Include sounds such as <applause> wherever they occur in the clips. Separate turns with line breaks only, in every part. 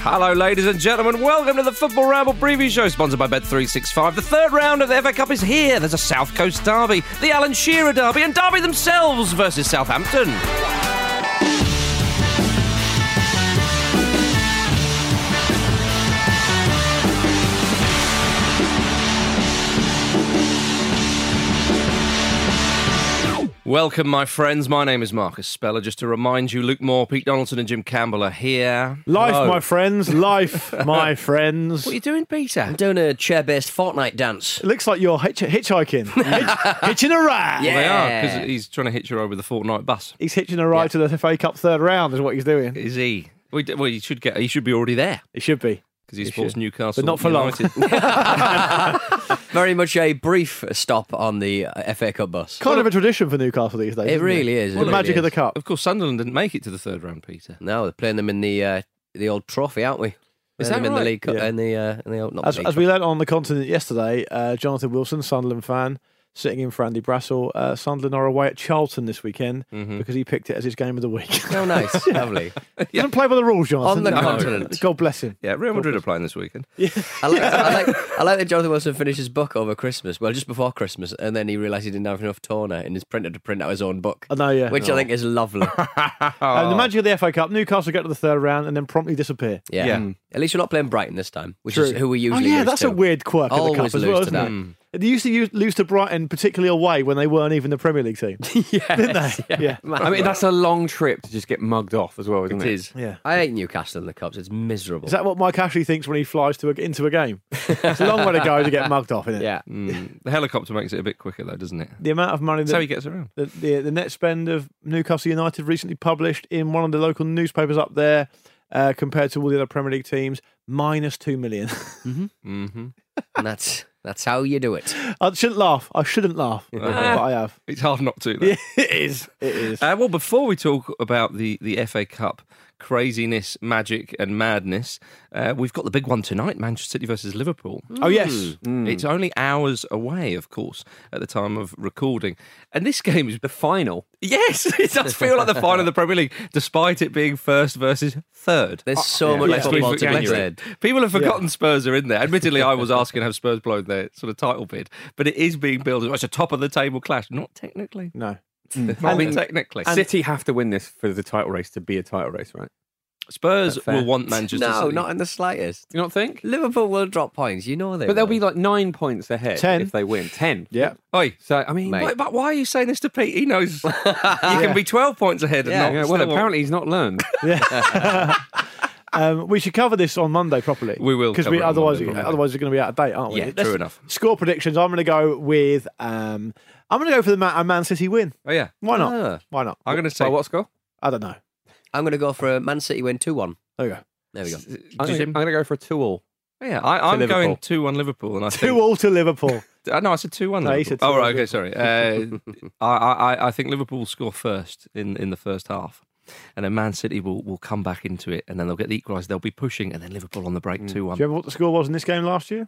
Hello, ladies and gentlemen. Welcome to the Football Ramble preview show, sponsored by Bet365. The third round of the FA Cup is here. There's a South Coast derby, the Alan Shearer derby, and derby themselves versus Southampton. Welcome, my friends. My name is Marcus Speller. Just to remind you, Luke Moore, Pete Donaldson, and Jim Campbell are here.
Life,
Hello.
my friends. Life,
<laughs>
my friends.
What are you doing, Peter?
Doing a chair-based Fortnite dance.
It looks like you're
<laughs>
hitch- hitchhiking. Hitch- hitching a ride.
Yeah.
They are, because he's trying to hitch her over the fortnight bus.
He's hitching a ride to the FA Cup third round, is what he's doing.
Is he? Well, he- well, he should get. He should be already there
It should be.
because he
He
supports
should.
Newcastle.
But not for long.
United.
<laughs>
<laughs>
Very much a brief stop on the uh, FA Cup bus.
Kind of a tradition for Newcastle these days.
It
isn't
really
it?
is. it
The
really
magic of the
is.
cup.
of course, Sunderland didn't make it to the third round, Peter.
No, they're playing them in the uh, the old trophy, aren't we?
Is
Playing
that
them in
right?
the league cup
Yeah.
in the uh, in the old not
As,
the league
as we learnt on the continent yesterday, uh, Jonathan Wilson, Sunderland fan, sitting in for Andy Brassel. Uh, Sunderland are away at Charlton this weekend
Mm-hmm.
because he picked it as his game of the week. <laughs>
Cup. Oh, nice,
<laughs>
lovely.
He doesn't play by the rules, Jonathan.
the
No.
continent.
God bless him.
Yeah, Real Madrid are playing this weekend.
I like, I like I like that Jonathan Wilson finished his book over Christmas, well, just before Christmas, and then he realised he didn't have enough toner and he's printed to print out his own book.
I know, yeah.
which I think is
<laughs>
lovely.
And
Oh.
the magic of the FA Cup, Newcastle get to the third round and then promptly disappear.
Yeah.
Yeah.
At least we're not playing Brighton this time, which is
Mm. True.
who we usually.
Oh yeah,
lose
that's
to.
a weird quirk of the cup
Always
as
lose
well,
to
isn't
that.
it? Mm. They used to use, lose to Brighton particularly away when they weren't even the Premier League
<laughs>
team.
yes.
yeah. yeah,
I mean, that's a long trip to just get mugged off as well, isn't it?
It is.
yeah.
I hate Newcastle in the cups. It's miserable.
Is that what Mike Ashley thinks when he flies to a, into a game? it's a long way to go to get mugged off, isn't
<laughs>
it?
yeah.
Mm, the helicopter makes it a bit quicker, though, doesn't it?
The amount of money
That's how he
that
gets around.
the, the, the net spend of Newcastle United recently published in one of the local newspapers up there uh, compared to all the other Premier League teams, minus two million. <laughs>
hmm
And that's that's how you do it.
I shouldn't laugh. I
<laughs>
shouldn't laugh, but I have.
It's hard not to. Though.
it is. It is.
Uh, well, before we talk about the, the FA Cup craziness, magic, and madness, uh, we've got the big one tonight Manchester City versus Liverpool. Hmm.
oh
hmm.
yes.
It's only hours away, of course, at the time of recording. And this game is the final. <laughs> Yes, it does feel like the final of the Premier League, despite it being first versus third.
Oh,
There's so much
Let's
football
be
to be
January.
played.
People have forgotten Spurs are in there. Admittedly, I was asking to have Spurs blown their sort of title bid, but it is being billed as it's a top of the table clash.
<laughs>
Not technically.
No.
Not
And-
technically.
City have to win this for the title race to be a title race, right?
Spurs
fair.
will want Manchester
No,
City.
not in the slightest.
Do you not think?
Liverpool will drop points. You know they.
But they'll be
will.
like nine points ahead
Ten.
if they win. Ten.
Yeah.
Oi.
So I mean,
Mate.
<laughs>
Why, but why are you saying this to Pete? He knows you can be 12 points ahead
yeah,
and not.
well,
still-
apparently he's not learned.
Yeah. um, we should cover this on Monday properly.
We will
because
cover
we
it on
otherwise
Monday, probably.
otherwise we're going to be out of date, aren't we?
Yeah, true enough.
Score predictions. I'm going to go with um, I'm going to go for the Man, a Man City win.
Oh, yeah.
Why not?
Ah.
Why not?
I'm going to
so
say.
what score?
I don't know.
I'm going to go for a Man City win two one.
There we go.
There we go.
<laughs>
uh,
I'm
Jim?
going to go for a two-all.
Oh, Yeah, I, I'm
Liverpool.
going 2 1 Liverpool. And I
Two all to
<laughs>
Liverpool.
think, uh, No, I said 2 1.
No, he said
Oh,
2-1
right, okay, sorry. Uh, <laughs> I, I, I think Liverpool will score first in, in the first half. And then Man City will, will come back into it and then they'll get the equaliser. They'll be pushing and then Liverpool on the break 2
Mm. Do
1.
you remember what the score was in this game last year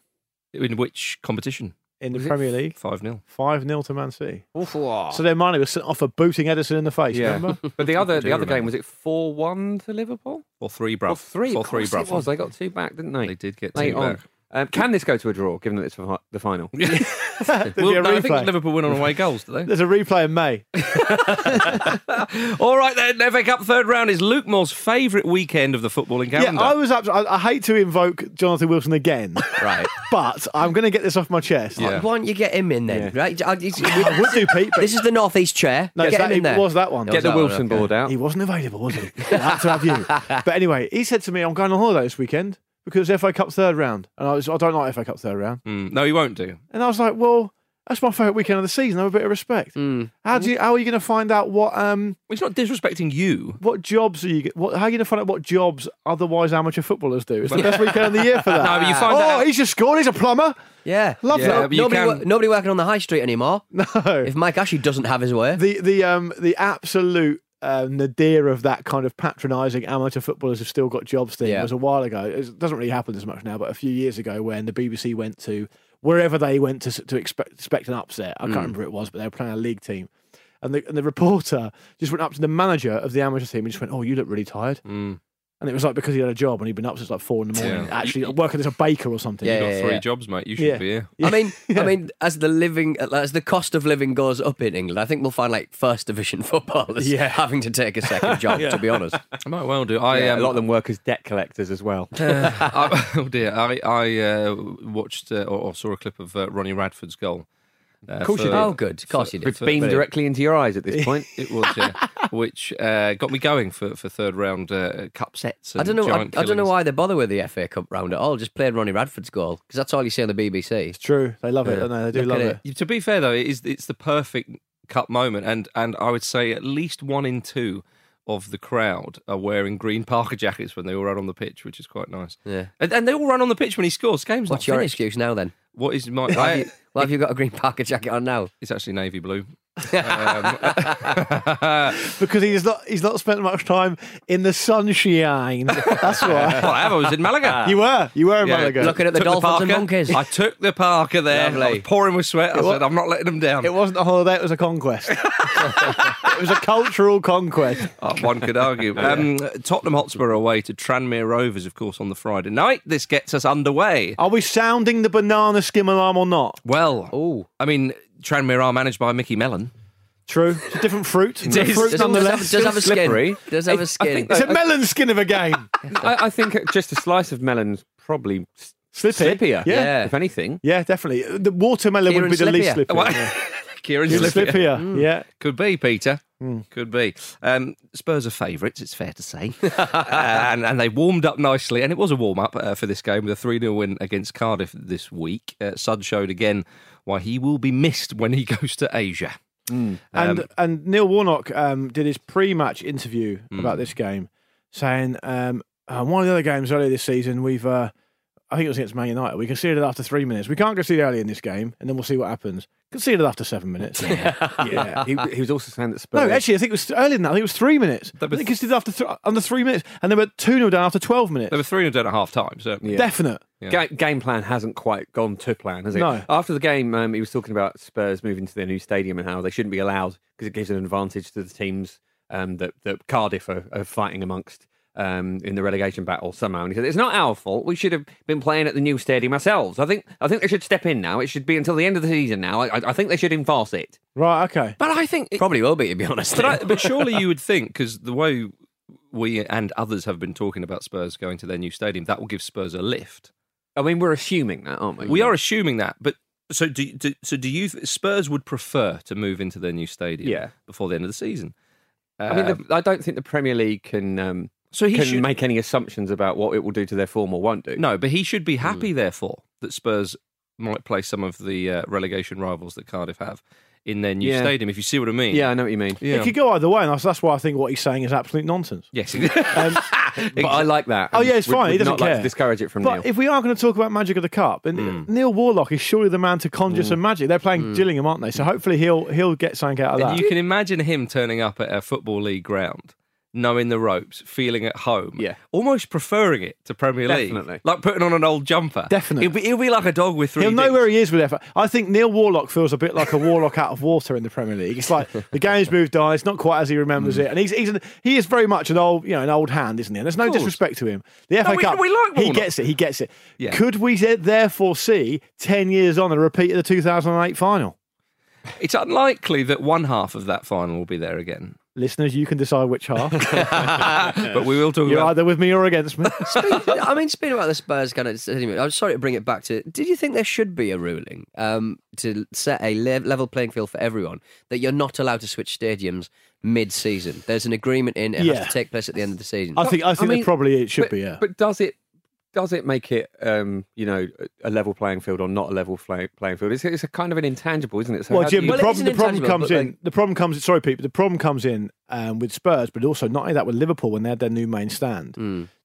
In which competition?
in the
Was it
Premier League?
5 0.
Five 0 to Man City. So their money was sent off for booting Edison in the face. Remember? <laughs>
but the other
do
the other game
remember.
was it four-one to Liverpool?
Or 3 bruv.
Or three?
Or
of
3
course
bruv.
It
eh?
was. They got two back, didn't they?
They did get
Late
two
oh.
on.
<laughs>
back. <laughs>
Um, can this go to a draw? Given that it's for hi- the final.
There'd be a
Well, no, I
replay.
think Liverpool win on away goals, do they?
<laughs> There's a replay in May.
All right, then. FA Cup third round is Luke Moore's favourite weekend of the footballing calendar.
Yeah, I was. Abs- I, I hate to invoke Jonathan Wilson again, <laughs>
Right.
but I'm going to get this off my chest.
Yeah.
Why don't you get him in then?
Yeah.
Right. I- he's-
I would do, Pete. But
this is the northeast chair.
No,
get
it's
him
that-
in
it
there.
was that one.
It
Get
was
the
that one,
Wilson
okay.
board out.
He wasn't available, was he? <laughs> Glad to have you. But anyway, he said to me, "I'm going on holiday this weekend because FA Cup third round," and I was, "I don't like FA Cup third round,"
Mm, no, he won't do.
and I was like, "Well," That's my favourite weekend of the season. Have a bit of respect. How do you? How are you going to find out what um
Well, It's not disrespecting you.
what jobs are you? get- What how are you going to find out what jobs otherwise amateur footballers do? It's the best weekend of the year for that.
No, but you find
oh,
that out-
he's just scored. He's a plumber.
Yeah,
Love
Yeah,
that.
but you
nobody,
can-
wo- nobody working on the high street anymore.
<laughs> No.
If Mike Ashley doesn't have his way,
<laughs> the the um the absolute uh, nadir of that kind of patronising amateur footballers have still got jobs thing
Yeah.
was a while ago. It doesn't really happen as much now, but a few years ago when the BBC went to wherever they went to s- to expect, expect an upset, I
Hmm.
can't remember who it was, but they were playing a league team. And the, and the reporter just went up to the manager of the amateur team and just went, "Oh, you look really tired."
Hmm.
And it was like because he had a job and he'd been up since like four in the morning,
Yeah.
actually working as a baker or something.
Yeah,
You've got
yeah,
three
yeah.
jobs, mate. You should
yeah.
be here.
I mean, I mean, as the living, as the cost of living goes up in England, I think we'll find like first division <laughs> footballers
Yeah.
having to take a
<laughs>
second job. To be honest,
I might well do. I
Yeah,
um,
a lot of them work as debt collectors as <laughs> well.
<laughs> I, oh dear, I I uh, watched uh, or, or saw a clip of uh, Ronnie Radford's goal. Uh, of
course you did.
oh good, of course you did.
It's beamed
but-
directly into your eyes at <laughs> this point.
It was,
<laughs>
yeah, which uh, got me going for, for third round uh, cup sets. And
I don't know. I,
giant
I don't know
killings.
why they bother with the FA Cup round at all. Just played Ronnie Radford's goal because that's all you see on the BBC.
It's true. They love it. don't they? they do
Look
love
at
it.
it.
To be fair though, it is it's the perfect cup moment, and and I would say at least one in two of the crowd are wearing green <laughs> Parker jackets when they all run on the pitch, which is quite nice.
Yeah.
and, and they all run on the pitch when he scores. Game's
What's
not
your
finished.
excuse now then?
What is
<laughs>
my?
Why
I-
have, you, why have you got a green <laughs> Parker jacket on now?
it's actually navy blue.
<laughs>
um,
because he's not he's not spent much time in the sunshine. <laughs> That's
Well,
why.
I have. I was in Malaga.
you were you were in
Yeah,
Malaga.
Looking at the
Took
dolphins and
Parker.
monkeys.
I took the Parker there. I was
Lovely.
pouring with sweat. I
wa-
said, I'm not letting them down.
it wasn't a holiday; it was
<laughs>
a conquest. it was a cultural conquest.
Oh, one
<laughs>
could argue. Um, Tottenham Hotspur are away to Tranmere Rovers, of course, on the Friday night. This gets us underway.
Are we sounding the banana skin alarm or not?
Well,
Oh.
I mean, Tranmere are managed by Mickey Mellon.
True. It's a different fruit. It's a
is.
fruit
Does have-
nonetheless.
does have a skin.
slippery.
Does have a skin.
it's a melon skin of a game.
I, I think just a slice of melon's probably s- <laughs>
Slippy.
slippier.
Yeah.
Yeah.
if <laughs> anything.
Yeah, definitely. The watermelon would
Kieran
be the least
Slippier.
slippier.
Well,
Yeah.
<laughs> Kieran
It's
<laughs>
Slippier.
slippier. Yeah.
Could be, Peter. Could be. Um, Spurs are favourites, it's fair to say. <laughs> Uh, and, and they warmed up nicely. And it was a warm up uh, for this game with a 3 0 win against Cardiff this week. Uh, Sud showed again why he will be missed when he <laughs> goes to Asia.
And and Neil Warnock um, did his pre-match interview about this game, saying um, uh, one of the other games earlier this season we've uh, I think it was against Man United we conceded after three minutes. We can't concede early in this game, and then we'll see what happens. Conceded after seven minutes. <laughs> yeah.
He, he was also saying that Spurs.
No, actually, I think it was earlier than that. I think it was three minutes.
They were
I think conceded after th- under three minutes, and they were two 0 down after twelve minutes.
They were 3 0 down at half time, so.
Yeah.
Definite.
Yeah.
Ga- game plan hasn't quite gone to plan, has it?
No.
After the game, um, he was talking about Spurs moving to their new stadium and how they shouldn't be allowed because it gives an advantage to the teams um, that, that Cardiff are, are fighting amongst um, in the relegation battle somehow. And he said, "It's not our fault. We should have been playing at the new stadium ourselves. I think I think they should step in now. It should be until the end of the season now. I, I- I think they should enforce it."
Right. Okay.
But I think.
Probably will be to be honest.
But, I, but surely you would think, because the way we and others have been talking about Spurs going to their new stadium, that will give Spurs a lift.
I mean, we're assuming that, aren't we?
We are assuming that, but so do, do so. Do you th- Spurs would prefer to move into their new stadium
Yeah.
before the end of the season?
I mean,
Um,
the, I don't think the Premier League can um,
so he
can
should
make any assumptions about what it will do to their form or won't do.
no, but he should be happy, therefore, that Spurs might play some of the uh, relegation rivals that Cardiff have in their new
Yeah.
stadium. If you see what I mean?
Yeah, I know what you mean.
yeah.
It could go either way, and that's- that's why I think what he's saying is absolute nonsense.
yes. <laughs>
But I like that.
Oh, yeah, it's
Would-
fine. He
would
doesn't
not like
care.
to discourage it from
But
Neil.
if we are going to talk about magic of the cup, and
Mm.
Neil Warlock is surely the man to conjure some magic. They're playing Gillingham, aren't they? So hopefully he'll he'll get something out of that.
And you can imagine him turning up at a football league ground, knowing the ropes, feeling at home,
Yeah.
almost preferring it to Premier League,
Definitely.
like putting on an old jumper.
Definitely.
he'll be, he'll be like a dog with 3
He'll know
dicks.
where he is with effort. I think Neil Warlock feels a bit like a Warlock out of water in the Premier League. It's like the
<laughs>
game's moved on; it's not quite as he
Mm.
remembers it, and he's, he's an, he is very much an old you know an old hand, isn't he? And there's no
course.
disrespect to him. The FA
we-
Cup,
we like
he
Warnock.
gets it. He gets it.
Yeah.
Could we th- therefore see ten years on a repeat of the 2008 final?
It's unlikely that one half of that final will be there again.
Listeners, you can decide which half.
<laughs> but we will talk
You're
about
either with me or against me. <laughs>
I mean, speaking about the Spurs, kind of. Anyway, I'm sorry to bring it back to. Did you think there should be a ruling um, to set a le- level playing field for everyone that you're not allowed to switch stadiums mid-season? There's an agreement in it
Yeah.
has to take place at the end of the season.
I think I think
mean,
that probably it should
but,
be. Yeah.
But does it does it make it, um, you know, a level playing field or not a level fla- playing field? It's, it's a kind of an intangible, isn't it? So
well,
how do
Jim,
you-
the
Well, it is
problem,
an
the problem
intangible,
comes
but
in.
like-
The problem comes. Sorry, Pete. But the problem comes in um, with Spurs, but also not only that with Liverpool when they had their new main stand,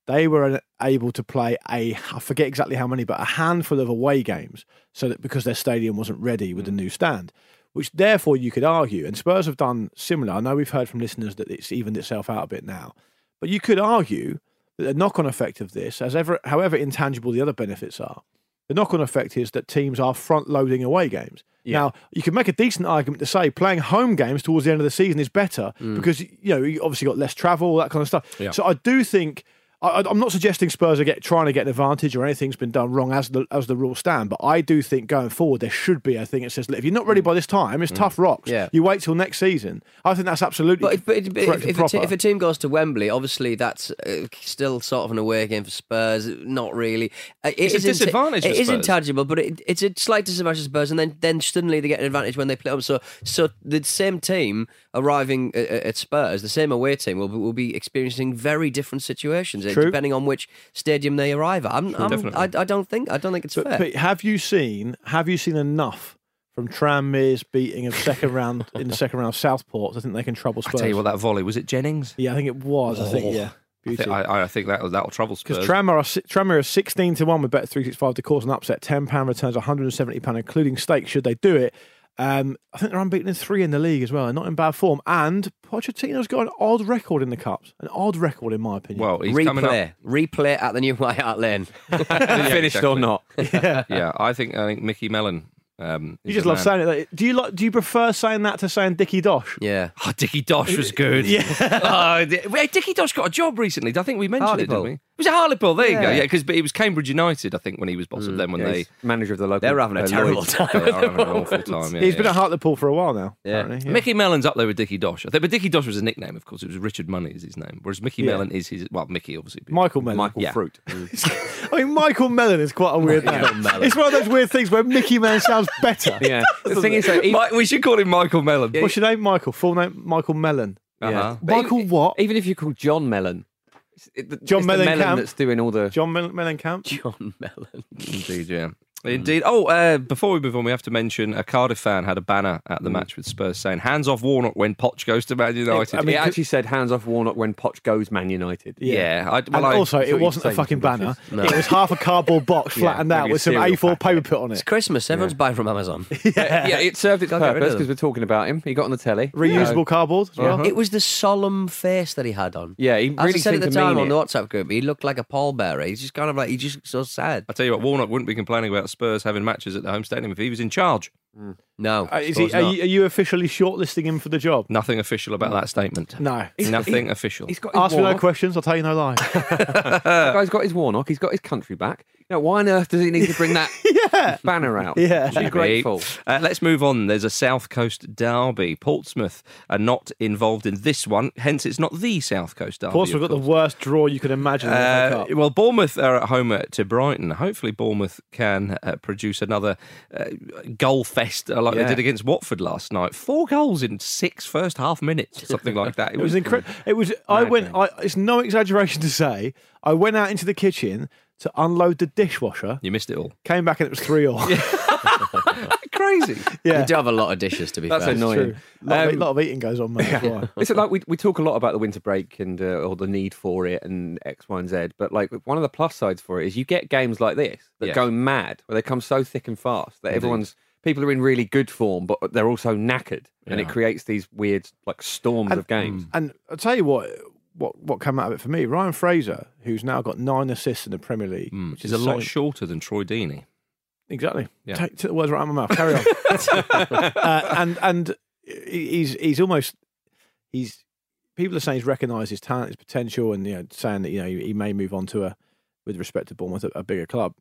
they were able to play a I forget exactly how many, but a handful of away games, so that because their stadium wasn't ready with the new stand, which therefore you could argue, and Spurs have done similar. I know we've heard from listeners that it's evened itself out a bit now, but you could argue that the knock-on effect of this, as ever, however intangible the other benefits are, the knock-on effect is that teams are front-loading away games. Now, you could make a decent argument to say playing home games towards the end of the season is better
Mm.
because you know you obviously got less travel, all that kind of stuff. So I do think I, I- I'm not suggesting Spurs are get, trying to get an advantage or anything's been done wrong as the as the rules stand, but I do think going forward there should be a thing that says look, if you're not ready by this time, it's tough rocks.
Mm. Yeah.
You wait till next season. I think that's absolutely
But if, but if,
correct
if, if,
and
a te-
proper.
if a team goes to Wembley, obviously that's uh, still sort of an away game for Spurs. Not really. Uh, it
It's a
is inte-
disadvantage for
It is
Spurs.
intangible, but it, it's a slight disadvantage for Spurs, and then, then suddenly they get an advantage when they play them. So so the same team arriving at, at Spurs, the same away team, will, be- will be experiencing very different situations uh,
True.
depending on which stadium they arrive at. I'm, I'm, I, I don't think I don't think it's fair.
But Pete, have you seen have you seen enough from Tranmere's beating of second
<laughs>
round in the second round of Southport? I think they can trouble
I
Spurs.
tell you what, that volley was it Jennings?
yeah, I think it was. I think yeah.
I think, I, I think that that'll trouble Spurs.
Because Tranmere are, si- Tranmere are 16 to 1 with Bet365 to cause an upset. £10 returns £170, including stakes, should they do it. Um, I think they're unbeaten in three in the league as well, and not in bad form. And Pochettino's got an odd record in the Cups. An odd record, in my opinion.
well, he's
<laughs>
coming up.
replay, replay at the new <laughs> White Hart Lane.
finished or not?
Yeah, I think I think Mickey Mellon. Um,
you
is
just
the
love
man.
saying it. like- do you like? Do you prefer saying that to saying Dickie Dosh?
yeah.
<laughs> Oh, Dickie Dosh was good. <laughs> Yeah. hey, Dickie Dosh got a job recently. I think we mentioned it, didn't
Hartlepool.
we? It was at Hartlepool. There you go.
Yeah.
Yeah, because it was Cambridge United, I think, when he was
Mm,
boss of them
<laughs>
when
Yeah,
they.
he's manager of the local.
They're having a
uh,
terrible
Lloyd's.
time.
they
at the
are having an
moment.
awful time. Yeah,
He's
yeah.
been at Hartlepool for a while now.
Yeah.
apparently,
Mickey Mellon's up there with Dickie Dosh. I think, but Dickie Dosh was a nickname, of course. It was Richard Money is his name, whereas Mickey
Yeah.
Mellon is his. Well, Mickey obviously.
Michael Mellon.
<laughs> Michael
Yeah.
Fruit.
I mean, Michael Mellon is quite a weird name. It's one of those weird things where Mickey Mellon sounds better.
yeah. The thing is, that even,
Mi- we should call him Michael Mellon.
What's your name, Michael? Full name, Michael Mellon.
Uh-huh.
But e-
Michael what?
Even if you call John Mellon, it's, it, the-
John
it's the
Mellon
Mellon
Camp.
that's doing all the.
John Mel- Mellencamp.
John Mellon.
Indeed, yeah. Indeed. Oh, uh, before we move on, we have to mention a Cardiff fan had a banner at the match with Spurs saying "Hands off Warnock when Poch goes to Man United."
I mean, it actually said hands off Warnock when Poch goes Man United.
yeah. I, well,
And
I-
also,
you
it
were
wasn't a
saying
fucking
something,
banner. It was half a cardboard box flattened
maybe
out
a
with some
cereal
A4 paper
packet.
put on it.
It's Christmas. Everyone's buying from Amazon.
yeah, it served its
Gotta get rid of
purpose
them.
because we're talking about him. He got on the telly.
Reusable cardboard Uh-huh. as well.
It was the solemn face that he had on.
Yeah, he
As I
really
said at
seemed
the
to
time
mean
on
it.
the WhatsApp group, he looked like a pallbearer. He's just kind of like he just so sad.
I tell you what, Warnock wouldn't be complaining about Spurs having matches at the home stadium if he was in charge.
No,
Uh, is
suppose
he, are,
not.
you, are you officially shortlisting him for the job?
Nothing official about that statement.
No.
Nothing official.
He's got his
Ask me no
Warnock.
questions, I'll tell you no lie.
The guy's got his Warnock. He's got his country back. Now, why on earth does he need to bring that banner out?
Yeah.
Should be
Maybe.
grateful.
Uh, let's move on. There's a South Coast derby. Portsmouth are not involved in this one, hence it's not the South Coast derby.
Of course,
of
we've got the
course.
worst draw you could imagine. in the FA
Uh,
Cup.
well, Bournemouth are at home uh, to Brighton. Hopefully, Bournemouth can uh, produce another uh, goal fest uh, like they
Yeah.
did against Watford last night. Four goals in six first half minutes, something like
<laughs>
that.
It was incredible. It was. I went. I, it's no exaggeration to say. I went out into the kitchen to unload the dishwasher.
You missed it all.
Came back and it was three all. Yeah,
<laughs> Crazy.
You do have a lot of dishes to be
That's
fair.
annoying.
true. Lot, of,
Um,
lot of eating goes on, mate. that's why.
Listen, like we, we talk a lot about the winter break and uh, or the need for it and X, Y, and Z, but like one of the plus sides for it is you get games like this that
Yes.
go mad, where they come so thick and fast that everyone's people are in really good form, but they're also knackered, and it creates these weird like storms of games.
And Mm. I'll tell you what, what what came out of it for me, Ryan Fraser, who's now got nine assists in the Premier League,
Which is Mm, a lot
so-
shorter than Troy Deeney.
Exactly.
Yeah.
Take, take the words right out of my mouth. Carry on. uh, and and he- he's he's almost he's people are saying he's recognised his talent, his potential, and you know saying that you know he, he may move on to a with respect to Bournemouth, a, a bigger club.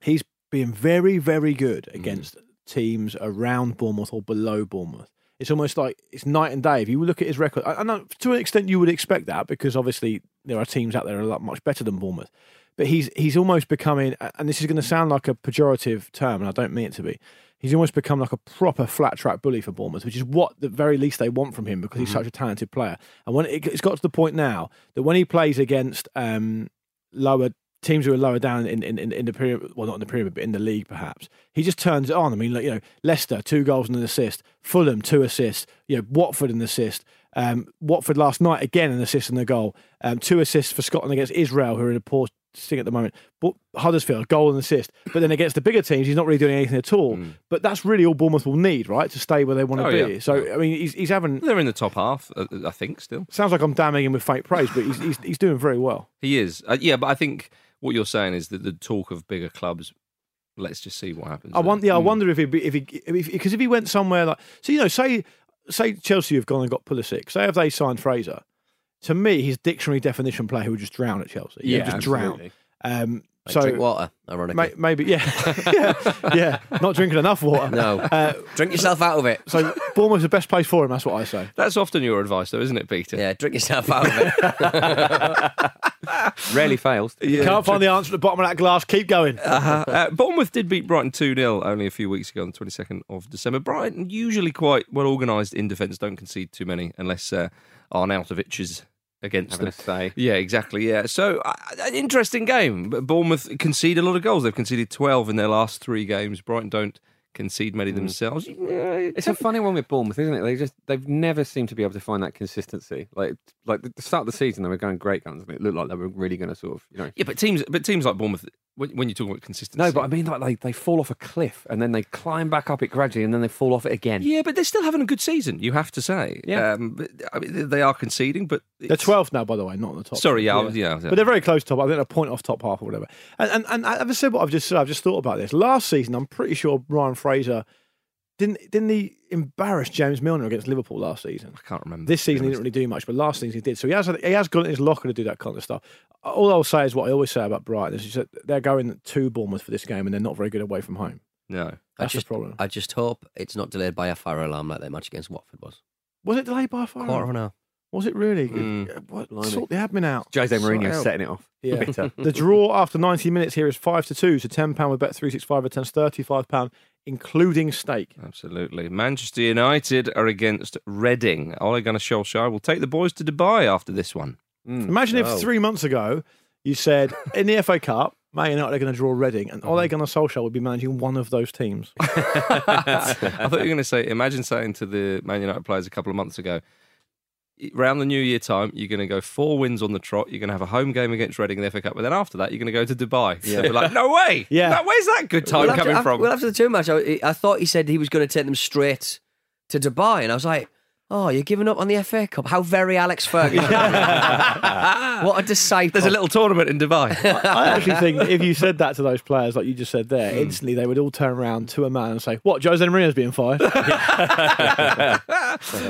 He's been very very good against teams around Bournemouth or below Bournemouth. It's almost like it's night and day. If you look at his record, I, I know to an extent you would expect that because obviously there are teams out there a lot much better than Bournemouth. But he's he's almost becoming, and this is going to sound like a pejorative term, and I don't mean it to be. He's almost become like a proper flat track bully for Bournemouth, which is what the very least they want from him because he's such a talented player. And when it, it's got to the point now that when he plays against um, lower teams who are lower down in, in, in, in the pyramid, well, not in the pyramid, but in the league perhaps, he just turns it on. I mean, like, you know, Leicester, two goals and an assist. Fulham, two assists. You know, Watford, an assist. Um, Watford last night, again, an assist and a goal. Um, two assists for Scotland against Israel, who are in a poor sting at the moment. But Huddersfield, goal and assist. But then against the bigger teams, he's not really doing anything at all. But that's really all Bournemouth will need, right, to stay where they want to
Hmm. Oh,
be.
yeah.
So, I mean, he's, he's having
They're in the top half, uh, I think, still.
Sounds like I'm damning him with fake praise, but he's, he's, he's doing very well.
He is. Uh, yeah, but I think what you're saying is that the talk of bigger clubs, let's just see what happens. Hmm.
I want, yeah, I wonder if he if he because if, 'cause if he went somewhere like so, you know, say say Chelsea have gone and got Pulisic. Say if they signed Fraser, to me, his dictionary definition player who would just drown at Chelsea. He would
Yeah,
just
absolutely.
drown. Um,
Like
so
drink water, ironically.
may, maybe yeah, <laughs> yeah, yeah, not drinking enough water.
No.
Uh,
drink yourself out of it.
so Bournemouth's the best place for him. That's what I say.
That's often your advice, though, isn't it, Peter?
Yeah, drink yourself out of it.
<laughs>
Rarely fails.
Can't find the answer at the bottom of that glass. Keep going.
Uh-huh. Uh, Bournemouth did beat Brighton 2 0 only a few weeks ago on the 22nd of December. Brighton, usually quite well organised in defence, don't concede too many unless uh, Arnautovic is against
Having
them.
a
<laughs>
say.
Yeah, exactly. Yeah. So, uh, an interesting game. But Bournemouth concede a lot of goals. They've conceded 12 in their last three games. Brighton don't concede
Hmm.
many themselves.
It's a funny one with Bournemouth, isn't it? They just they've never seemed to be able to find that consistency. Like like the start of the season, they were going great guns, and it looked like they were really going to sort of you know.
Yeah, but teams but teams like Bournemouth, when, when you talk about consistency.
No, but I mean like they, they fall off a cliff and then they climb back up it gradually and then they fall off it again.
Yeah, but they're still having a good season, you have to say.
Yeah.
Um, but, I mean, they are conceding, but.
They're
it's-
twelfth now, by the way, not on the top.
Sorry, yeah, I was- yeah, I was-
but they're very close top. I think they're a point off top half or whatever. And and, and I- I've said what I've just said. I've just thought about this. Last season, I'm pretty sure Ryan Fraser didn't didn't he embarrass James Milner against Liverpool last season.
I can't remember.
This season he didn't really do much, but last season he did. So he has he has got it in his locker to do that kind of stuff. All I'll say is what I always say about Brighton is that they're going to Bournemouth for this game and they're not very good away from home.
No.
I
That's
just,
the problem.
I just hope it's not delayed by a fire alarm like that match against Watford was.
Was it delayed by a fire?
Quarter of an hour.
Was it really?
Mm.
What,
Blimey.
sort the admin out.
Jose
Sort
Mourinho
out.
setting it off.
Yeah.
Bitter.
The draw after 90 minutes here is five to two, so ten pound with bet three six five returns thirty five pound, including stake.
Absolutely. Manchester United are against Reading. Ole Gunnar Solskjaer will take the boys to Dubai after this one.
Mm.
Imagine
Oh.
if three months ago you said in the FA Cup, Man United are going to draw Reading, and
Mm.
Ole Gunnar Solskjaer would be managing one of
<laughs>
those teams.
<laughs> I thought you were going to say, imagine saying to the Man United players a couple of months ago, around the New Year time, you're going to go four wins on the trot. You're going to have a home game against Reading in the FA Cup, but then after that, you're going to go to Dubai. Yeah. They're like, no way.
Yeah.
That- where's that good time
well, after,
coming
after-
from?
Well, after the two match, I, I thought he said he was going to take them straight to Dubai, and I was like, "Oh, you're giving up on the FA Cup? How very Alex Ferguson! what a disciple!"
There's a little tournament in <laughs> Dubai.
I actually think if you said that to those players, like you just said
Mm.
there, instantly they would all turn around to a man and say, "What? Jose Mourinho's being fired."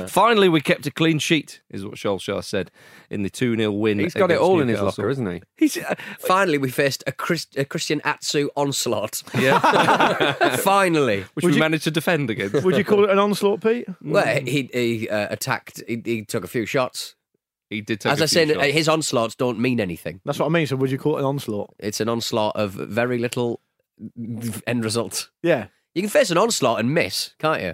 Finally, we kept a clean sheet, is what Solskjaer said in the 2 0 win.
He's got it
against
all in his
Newcastle.
locker, isn't he?
He's- uh, Finally, we faced a, Chris, a Christian Atsu onslaught.
Yeah.
<laughs> Finally,
Which
Would
we
you-
managed to defend against.
would you call it an onslaught, Pete?
well, he, he uh, attacked. He, he took a few shots.
<laughs> He did take
As
a
I
few
said, uh,
shots.
his onslaughts don't mean anything.
That's what I mean. So, would you call it an onslaught?
It's an onslaught of very little end result.
Yeah.
You can face an onslaught and miss, can't you?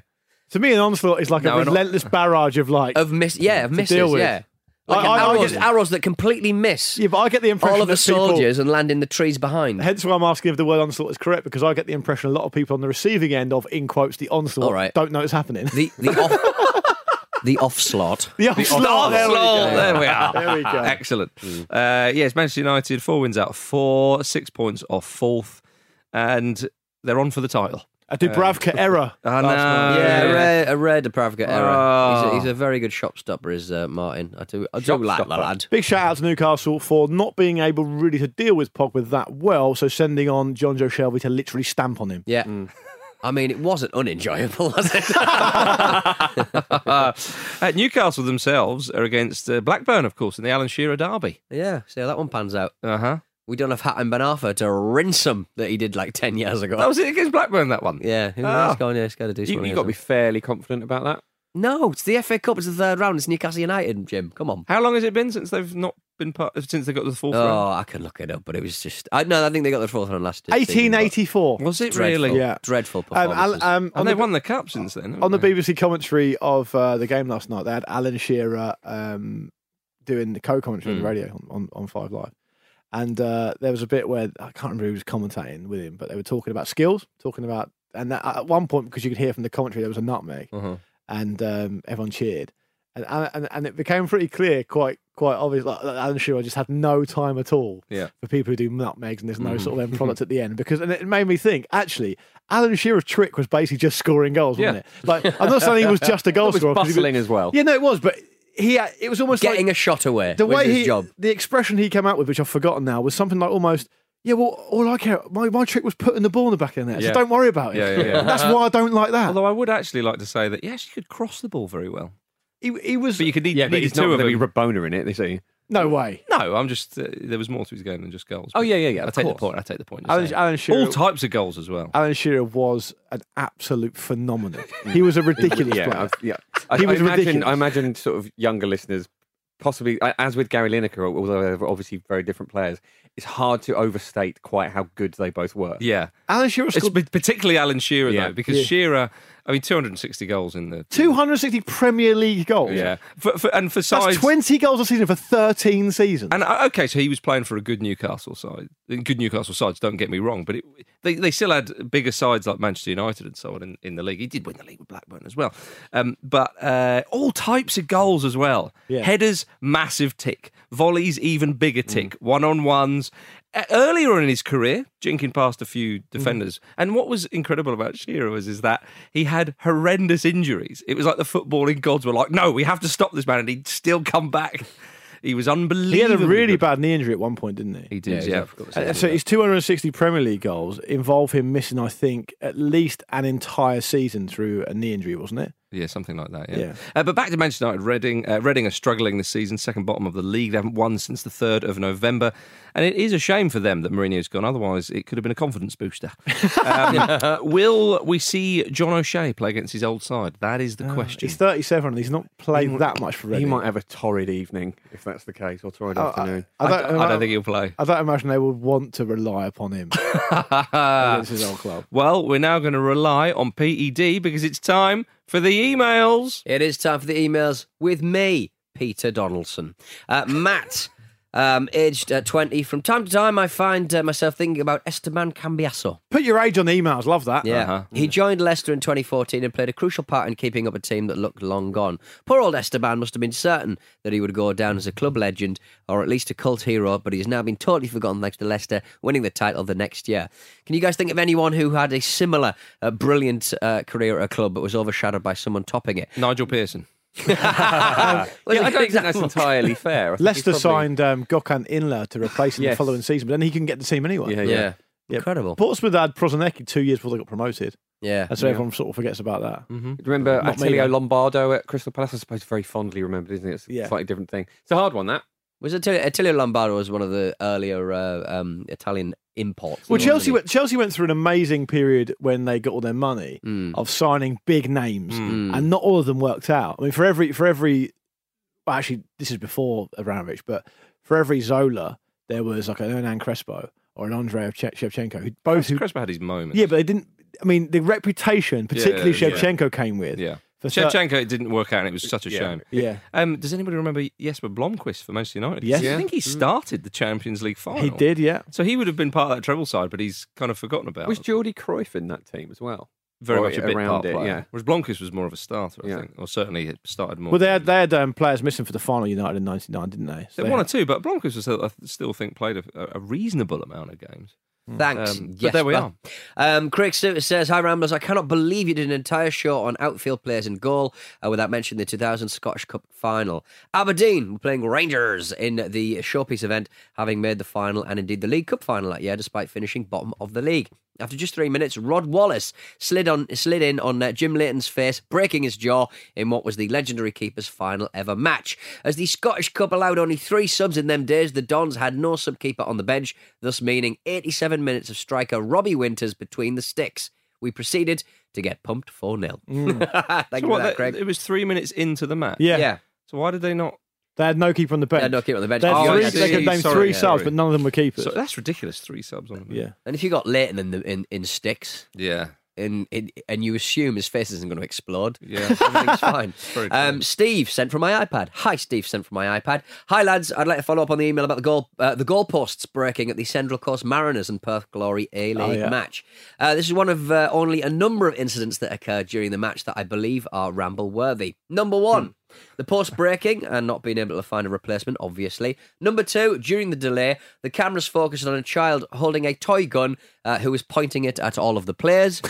To me, an onslaught is like
No,
a
an-
relentless barrage of like
Of miss, yeah, of
To
misses,
deal with.
yeah.
I-
Like
I- I
arrows,
get-
arrows that completely miss.
Yeah, but I get the impression
all of
that
the soldiers
People,
and land in the trees behind.
hence why I'm asking if the word onslaught is correct because I get the impression a lot of people on the receiving end of in quotes the onslaught
All right.
don't know it's happening.
The the off, the offslot.
<laughs> The onslaught. Oh, there we go.
Slot, There we are.
There we go.
Excellent. Uh, yes, Manchester United, four wins out of four, six points off fourth, and they're on for the title.
A Dubravka error.
I
last
know.
night.
Yeah,
Oh, Yeah.
a rare, a rare Depravka error. He's a,
Oh.
he's a very good shop stopper, is uh, Martin. I do, I do
Shop
like the
stopper.
lad.
Big shout out to Newcastle for not being able really to deal with Pogba that well, so sending on John Joe Shelby to literally stamp on him.
Yeah. I mean, it wasn't unenjoyable, <laughs> was it?
Uh, at Newcastle themselves are against uh, Blackburn, of course, in the Alan Shearer derby.
yeah, see how that one pans out.
Uh
Uh-huh.
huh.
We don't have Hatton Ben Arfa to rinse him that he did like 10 years ago.
That Oh, was it against Blackburn. That one.
yeah, who
Ah.
knows? Going there, it's got to do
You,
something.
you got to be fairly confident about that.
No, it's the FA Cup. It's the third round. It's Newcastle United, Jim. Come on.
How long has it been since they've not been part? Since they got to the fourth round?
Oh, I can look it up, but it was just. I, no, I think they got the fourth round last year.
1884.
Was it
Dreadful,
really?
Oh, Yeah.
dreadful
Um,
performances.
Al- um, on
And they
the-
won the cup since then. haven't
on the
they?
BBC commentary of uh, the game last night, they had Alan Shearer um, doing the co-commentary on the radio on, on, on Five Live, And uh, there was a bit where I can't remember who was commentating with him, but they were talking about skills, talking about, and that, at one point because you could hear from the commentary there was a nutmeg, and um, everyone cheered, and, and and and it became pretty clear, quite quite obvious. Like that Alan Shearer just had no time at all
Yeah.
for people who do nutmegs, and there's no sort of end product at the end because, and it made me think actually, Alan Shearer's trick was basically just scoring goals, wasn't it? Like I'm not saying he was just a goal
was
scorer, 'cause he
bustling as well.
Yeah, no, it was, but he it was almost like
Getting a shot away.
the
was
way
his
he,
job.
the expression he came out with, which I've forgotten now, was something like almost, yeah, well, all I care, my, my trick was putting the ball in the back of the net,
Yeah.
so don't worry about it.
Yeah, yeah,
<laughs>
yeah.
That's why I don't like that.
Although I would actually like to say that yes, you could cross the ball very well,
he, he was,
but you could need,
Yeah, but
needed
it's not
two
going
of
to
them.
be Rabona in it, they see.
no way.
no, I'm just uh, there was more to his game than just goals.
Oh,
But
yeah, yeah, yeah,
I
of
take the
course.
point. I take the point. you're
Alan,
saying.
Alan Shearer,
All types of goals as
Uh,
well.
Alan Shearer was an absolute
<laughs>
phenomenon. he was a ridiculous
yeah,
player.
I've- yeah. I,
He
I
was
imagine,
ridiculous.
I imagine sort of younger listeners, possibly I- as with Gary Lineker, although they're obviously very different players, it's hard to overstate quite how good they both were.
yeah,
Alan Shearer
it's
scored
pa- particularly Alan Shearer
Yeah.
though, because
Yeah.
Shearer, I mean, 260 goals in the
260 Premier League goals.
Yeah, for, for, and for
That's
size
20 goals a season for 13 seasons.
And uh, okay, so he was playing for a good Newcastle side. Good Newcastle sides, don't get me wrong, but it, they they still had bigger sides like Manchester United and so on in, in the league. He did win the league with Blackburn as well, um, but uh, all types of goals as well.
Yeah.
Headers, massive tick. Volleys, even bigger tick. One on ones. Earlier on in his career, jinking past a few defenders, and what was incredible about Shearer was is that he had horrendous injuries. It was like the footballing gods were like, "No, we have to stop this man," and he'd still come back. He was unbelievable.
he had a really bad knee injury at one point, didn't he?
He did, yeah.
Uh, so his 260 Premier League goals involve him missing, I think, at least an entire season through a knee injury, wasn't it?
Yeah, something like that. Yeah.
Yeah.
Uh, but back to Manchester United, Reading. Uh, Reading are struggling this season, second bottom of the league. They haven't won since the 3rd of November. And it is a shame for them that Mourinho's gone. Otherwise, it could have been a confidence
<laughs>
booster. Um, will we see John O'Shea play against his old side? That is the question.
He's 37 and he's Uh, not played that much for
He
Reading.
might have a torrid evening if that's the case, or torrid afternoon.
I
I,
don't,
d- I don't think he'll play.
I don't imagine they would want to rely upon
<laughs>
him against his old club.
Well, we're now going to rely on PED because it's time for the emails.
It is time for the emails with me, Peter Donaldson. Uh,
<laughs>
Matt, um, aged uh, 20. From time to time, I find uh, myself thinking about Esteban Cambiaso.
Put your age on the emails. Love that.
Yeah.
Uh-huh.
He
Mm.
joined Leicester in 2014 and played a crucial part in keeping up a team that looked long gone. Poor old Esteban must have been certain that he would go down as a club legend or at least a cult hero, but he's now been totally forgotten thanks to Leicester winning the title the next year. Can you guys think of anyone who had a similar uh, brilliant uh, career at a club but was overshadowed by someone topping it?
Nigel Pearson.
Well,
Uh, <laughs> yeah, I don't think that's
example.
entirely fair. I think he's
Leicester
probably-
signed um, Gökhan Inler to replace him
Yes.
the following season, but then he couldn't get the team anyway.
Yeah,
Yeah.
yeah.
Yeah.
Incredible.
Portsmouth had Prozanecki two years before they got promoted,
Yeah.
and so everyone sort of forgets about that.
Do you remember
Not me,
Attilio
though.
Lombardo at Crystal Palace? I suppose very fondly remembered, isn't it? It's a
Yeah.
slightly different thing. It's a hard one, that.
Was Attilio, Attilio Lombardo was one of the earlier uh, um, Italian imports.
Well,
wasn't
Chelsea
he?
went, Chelsea went through an amazing period when they got all their money
Mm.
of signing big names, and not all of them worked out. I mean, for every for every, well, actually, this is before Abramovich, but for every Zola, there was like an Hernan Crespo or an Andrei Shevche- Shevchenko, who both who,
Crespo had his moments.
yeah, but they didn't. I mean, the reputation, particularly
yeah, yeah.
Shevchenko, came with.
Yeah.
For thir-
Shevchenko, it didn't work out, and it was such a shame.
Yeah.
Um, does anybody remember Jesper Blomqvist for Manchester United?
Yes.
I think he started the Champions League final.
he did. Yeah,
So he would have been part of that treble side, but he's kind of forgotten about.
Was Geordie Cruyff in that team as well?
very
Or
much a bit
around
part
it,
player.
yeah.
Whereas Blomqvist was more of a starter, I
Yeah.
think, or certainly it started more.
well, they had they had um, players missing for the final United in '99, didn't they? So
They
they
had one or
had-
two, but Blomqvist was, I still think played a, a reasonable amount of games.
Thanks.
Um,
yes,
but there we
well.
are.
Um, Craig Stewart says, Hi, Ramblers. I cannot believe you did an entire show on outfield players in goal uh, without mentioning the 2000 Scottish Cup final. Aberdeen were playing Rangers in the showpiece event, having made the final and indeed the League Cup final that year, despite finishing bottom of the league. After just three minutes, Rod Wallace slid on slid in on uh, Jim Leighton's face, breaking his jaw in what was the legendary keeper's final ever match. As the Scottish Cup allowed only three subs in them days, the Dons had no sub keeper on the bench, thus meaning 87 minutes of striker Robbie Winters between the sticks. We proceeded to get pumped 4
<laughs>
0. <laughs> Thank
Mm. So
you
what,
for that,
they-
Craig.
It was three minutes into the match.
Yeah.
yeah.
So why did they not?
They had no keeper on the bench.
They had no keeper on the bench.
They, had
Oh,
three-
I
they could
see.
name
Sorry,
three
yeah,
subs,
sorry.
but none of them were keepers.
So that's ridiculous. Three subs on. them.
yeah.
And if you got Leighton in the in, in sticks,
Yeah.
and it, and you assume his face isn't going to explode. <laughs>
Yeah.
everything's fine.
Very true.
Um, Steve sent from my iPad. Hi, Steve sent from my iPad. Hi, lads. I'd like to follow up on the email about the goal, uh, the goalposts breaking at the Central Coast Mariners and Perth Glory A League
yeah.
match. Uh, this is one of uh, only a number of incidents that occurred during the match that I believe are ramble worthy. Number one. The post breaking and not being able to find a replacement, obviously. Number two, during the delay, the cameras focused on a child holding a toy gun uh, who was pointing it at all of the players.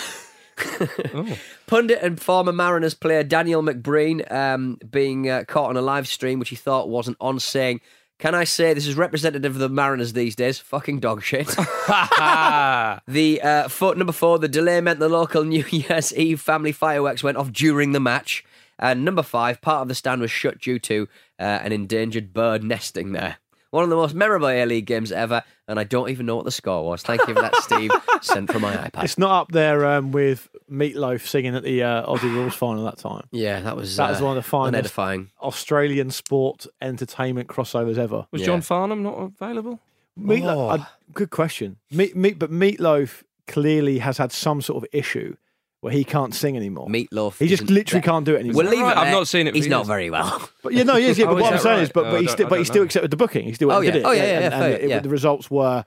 Pundit and former Mariners player Daniel McBreen um, being uh, caught on a live stream, which he thought wasn't on, saying, Can I say this is representative of the Mariners these days? Fucking dog
<laughs>
shit. <laughs> the uh, foot number four, the delay meant the local <laughs> New Year's Eve family fireworks went off during the match. And number five, part of the stand was shut due to uh, an endangered bird nesting there. One of the most memorable A League games ever, and I don't even know what the score was. Thank you for that,
<laughs>
Steve. Sent from my iPad.
It's not up there um, with Meatloaf singing at the uh, Aussie
<sighs>
Rules final that time.
Yeah, that was
That was
uh,
one of the finest
unedifying.
Australian sport entertainment crossovers ever.
Was
Yeah.
John Farnham not available? Oh.
Meatloaf, I- good question. Meat, meat, but Meatloaf clearly has had some sort of issue where he can't sing anymore.
Meatloaf.
he just
isn't
literally
there.
can't do it anymore.
We'll leave
Right,
it.
I've
there.
not seen it for
He's not
years.
very well.
<laughs> But yeah, no, he is. Yeah,
Oh,
but
is
what I'm
that
saying
right?
is, but,
Oh, I
but he
don't-
still,
I
but he
don't
still
know.
accepted the booking. He still went
Oh,
and
yeah.
did it.
Oh, yeah, yeah,
and,
yeah,
and
fair,
it-
yeah.
The results were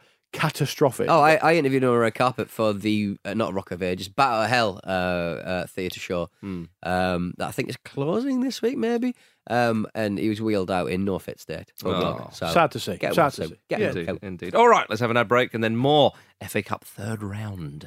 <laughs>
catastrophic.
Oh, I, I interviewed Nora Carpet for the uh, not Rock of Ages, Battle of Hell uh, uh, theatre show.
Hmm.
Um, that I think is closing this week, maybe. Um, and he was wheeled out in no fit state. for
Oh.
blood. So
Sad to see.
Get
Sad
well
to
soon.
see.
Get
Yeah.
well soon.
Indeed, indeed. All right, let's have an ad break and then more FA Cup third round.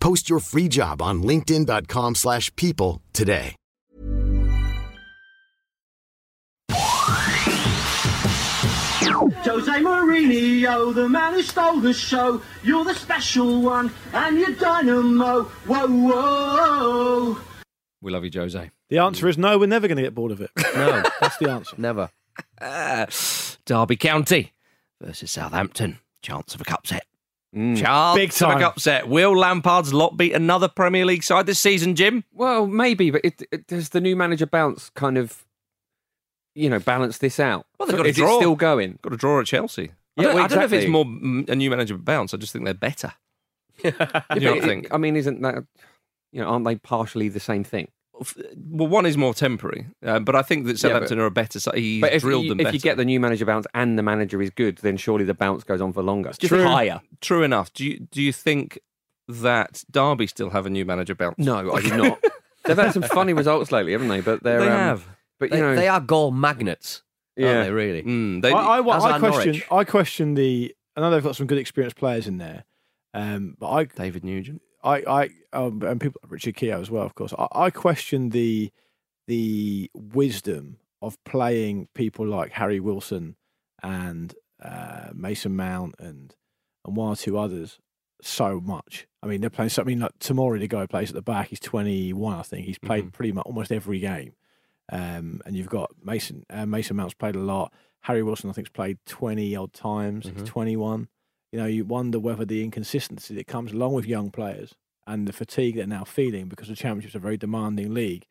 Post your free job on linkedin.com/people slash people today.
Jose Mourinho, the man who stole the show. You're the special one, and you're dynamo. Whoa, whoa.
We love you, Jose.
The answer is no. We're never going to get bored of it.
<laughs> No,
<laughs> That's the answer.
never.
Uh, Derby County versus Southampton. Chance of a cup set.
Mm.
Chance
Big
of
time.
a cup set. Will Lampard's lot beat another Premier League side this season, Jim?
Well, maybe, but it, it, does the new manager bounce kind of, you know, balance this out?
Well, they've got to
is
draw.
it still
<laughs>
going?
Got a draw at Chelsea.
Yeah,
I, don't,
well,
I don't know if it's
exactly.
more mm, a new manager bounce. I just think
<laughs>
they're better. you know
But
what I
it-
think?
I mean, isn't that, you know, aren't they partially the same thing?
Well, one is more temporary, uh, but I think that Southampton are a better side. He's
but if,
drilled
you,
them
if
better.
you get the new manager bounce and the manager is good, then surely the bounce goes on for longer. Just
True.
higher.
True enough. Do you, do you think that Derby still have a new manager bounce?
No, I did not. They've had some funny results lately, haven't they? But they're,
They
um,
have.
But you
They,
know,
they are goal magnets,
Yeah.
aren't they? Really?
Mm, they,
I, I,
As
I
are
question.
Norwich.
I question the. I know they've got some good experienced players in there, um, but I,
David Nugent.
I, I, um, and people Richard Keogh as well, of course. I, I question the the wisdom of playing people like Harry Wilson and uh, Mason Mount and and one or two others so much. I mean, they're playing something like Tamori, the guy who plays at the back. He's twenty one, I think. He's played pretty much almost every game. Um, and you've got Mason uh, Mason Mount's played a lot. Harry Wilson, I think, has played twenty odd times. He's twenty one. You know, you wonder whether the inconsistency that comes along with young players and the fatigue they're now feeling because the championship's a very demanding league.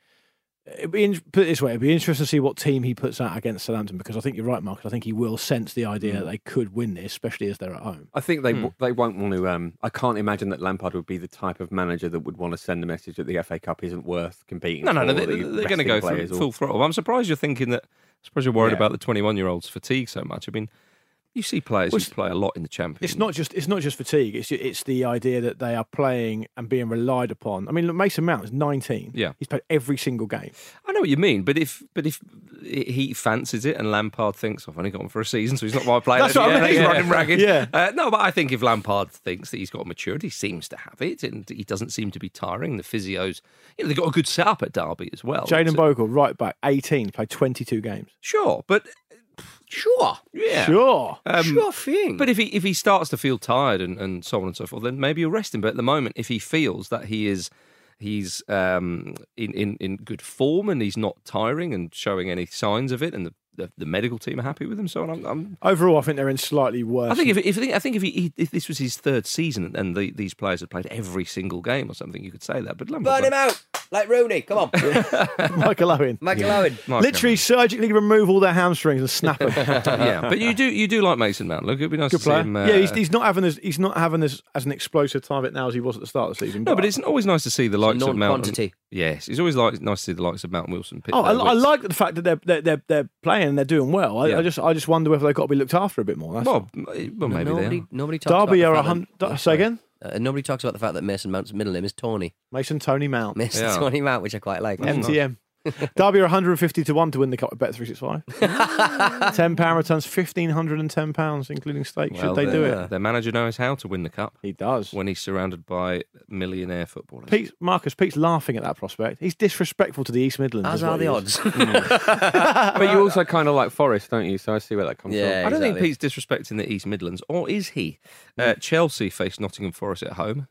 It'd be in, put it this way: it'd be interesting to see what team he puts out against Southampton because I think you're right, Marcus. I think he will sense the idea
Mm.
that they could win this, especially as they're at home.
I think they
Hmm.
w they won't want to. Um, I can't imagine that Lampard would be the type of manager that would want to send the message that the FA Cup isn't worth competing.
No, no, no.
for,
They,
the
they're going to
resting
go
players
through
or-
full throttle. I'm surprised you're thinking that. I'm surprised you're worried
Yeah.
about the 21 year olds' fatigue so much. I mean, you see players who play a lot in the Champions.
It's not just it's not just fatigue. It's it's the idea that they are playing and being relied upon. I mean, look, Mason Mount is 19.
Yeah. Oh,
he's played every single game.
I know what you mean, but if but if he fancies it and Lampard thinks I've only got him for a season, so he's not my player.
That's what I mean.
Yeah, He's
Yeah.
<laughs> running ragged.
Yeah.
Uh, no, but I think if Lampard thinks that he's got maturity, he seems to have it, and he doesn't seem to be tiring. The physios, you know, they got a good setup at Derby as well.
Jaden
So-
Bogle, right back, 18, played 22 games.
Sure, but
Sure.
Yeah.
Sure.
Um,
sure thing.
But if he if he starts to feel tired and, and so on and so forth, then maybe you rest him. But at the moment, if he feels that he is he's um, in, in in good form and he's not tiring and showing any signs of it, and the, the, the medical team are happy with him, so on, I'm, I'm
Overall, I think they're in slightly worse.
I think if, if I think if, he, if this was his third season and the, these players had played every single game or something, you could say that. But
Burn him
Lampard's
out. Like Rooney. Come
<laughs>
on.
<laughs> Michael Owen.
Michael Owen.
like-
Literally surgically remove all their hamstrings and snap them.
<laughs> yeah.
<laughs>
But you do you do like Mason Mount. Look, it'd be nice
Good
to
player.
see him. uh,
yeah, he's, he's not having as he's not having as as an explosive time of it now as he was at the start of the season.
no, but it's always nice to see the likes of Mount.
non-quantity.
Yes, it's always like nice to see the likes of Mount Wilson. pit
Oh, I,
their
I
wits.
like the fact that they're they're they're, they're playing and they're doing well. I,
Yeah.
I just I just wonder whether they've got to be looked after a bit more. That's
Well, m- eh, well, maybe
nobody,
they are.
nobody talks
Derby
about the
are a
fact
hundred.
that-
Say again,
Uh, nobody talks about the fact that Mason Mount's middle name is Tawny.
Mason Tony Mount,
Mason
Yeah.
Tawny Mount, which I quite like.
Mm. MTM.
<laughs>
Derby are 150 to one to win the cup at Bet 365. Ten pound returns fifteen hundred and ten pounds, including stakes.
Well,
Should
uh,
they do
there.
it?
Their manager knows how to win the cup
He does.
when he's surrounded by millionaire footballers.
Pete Marcus Pete's laughing at that prospect. He's disrespectful to the East Midlands.
As
is
are
what he
the
is.
odds.
But you also kind of like Forest, don't you? So I see where that comes
Yeah.
I don't
exactly.
think Pete's disrespecting the East Midlands, or is he? Uh, Chelsea face Nottingham Forest at home.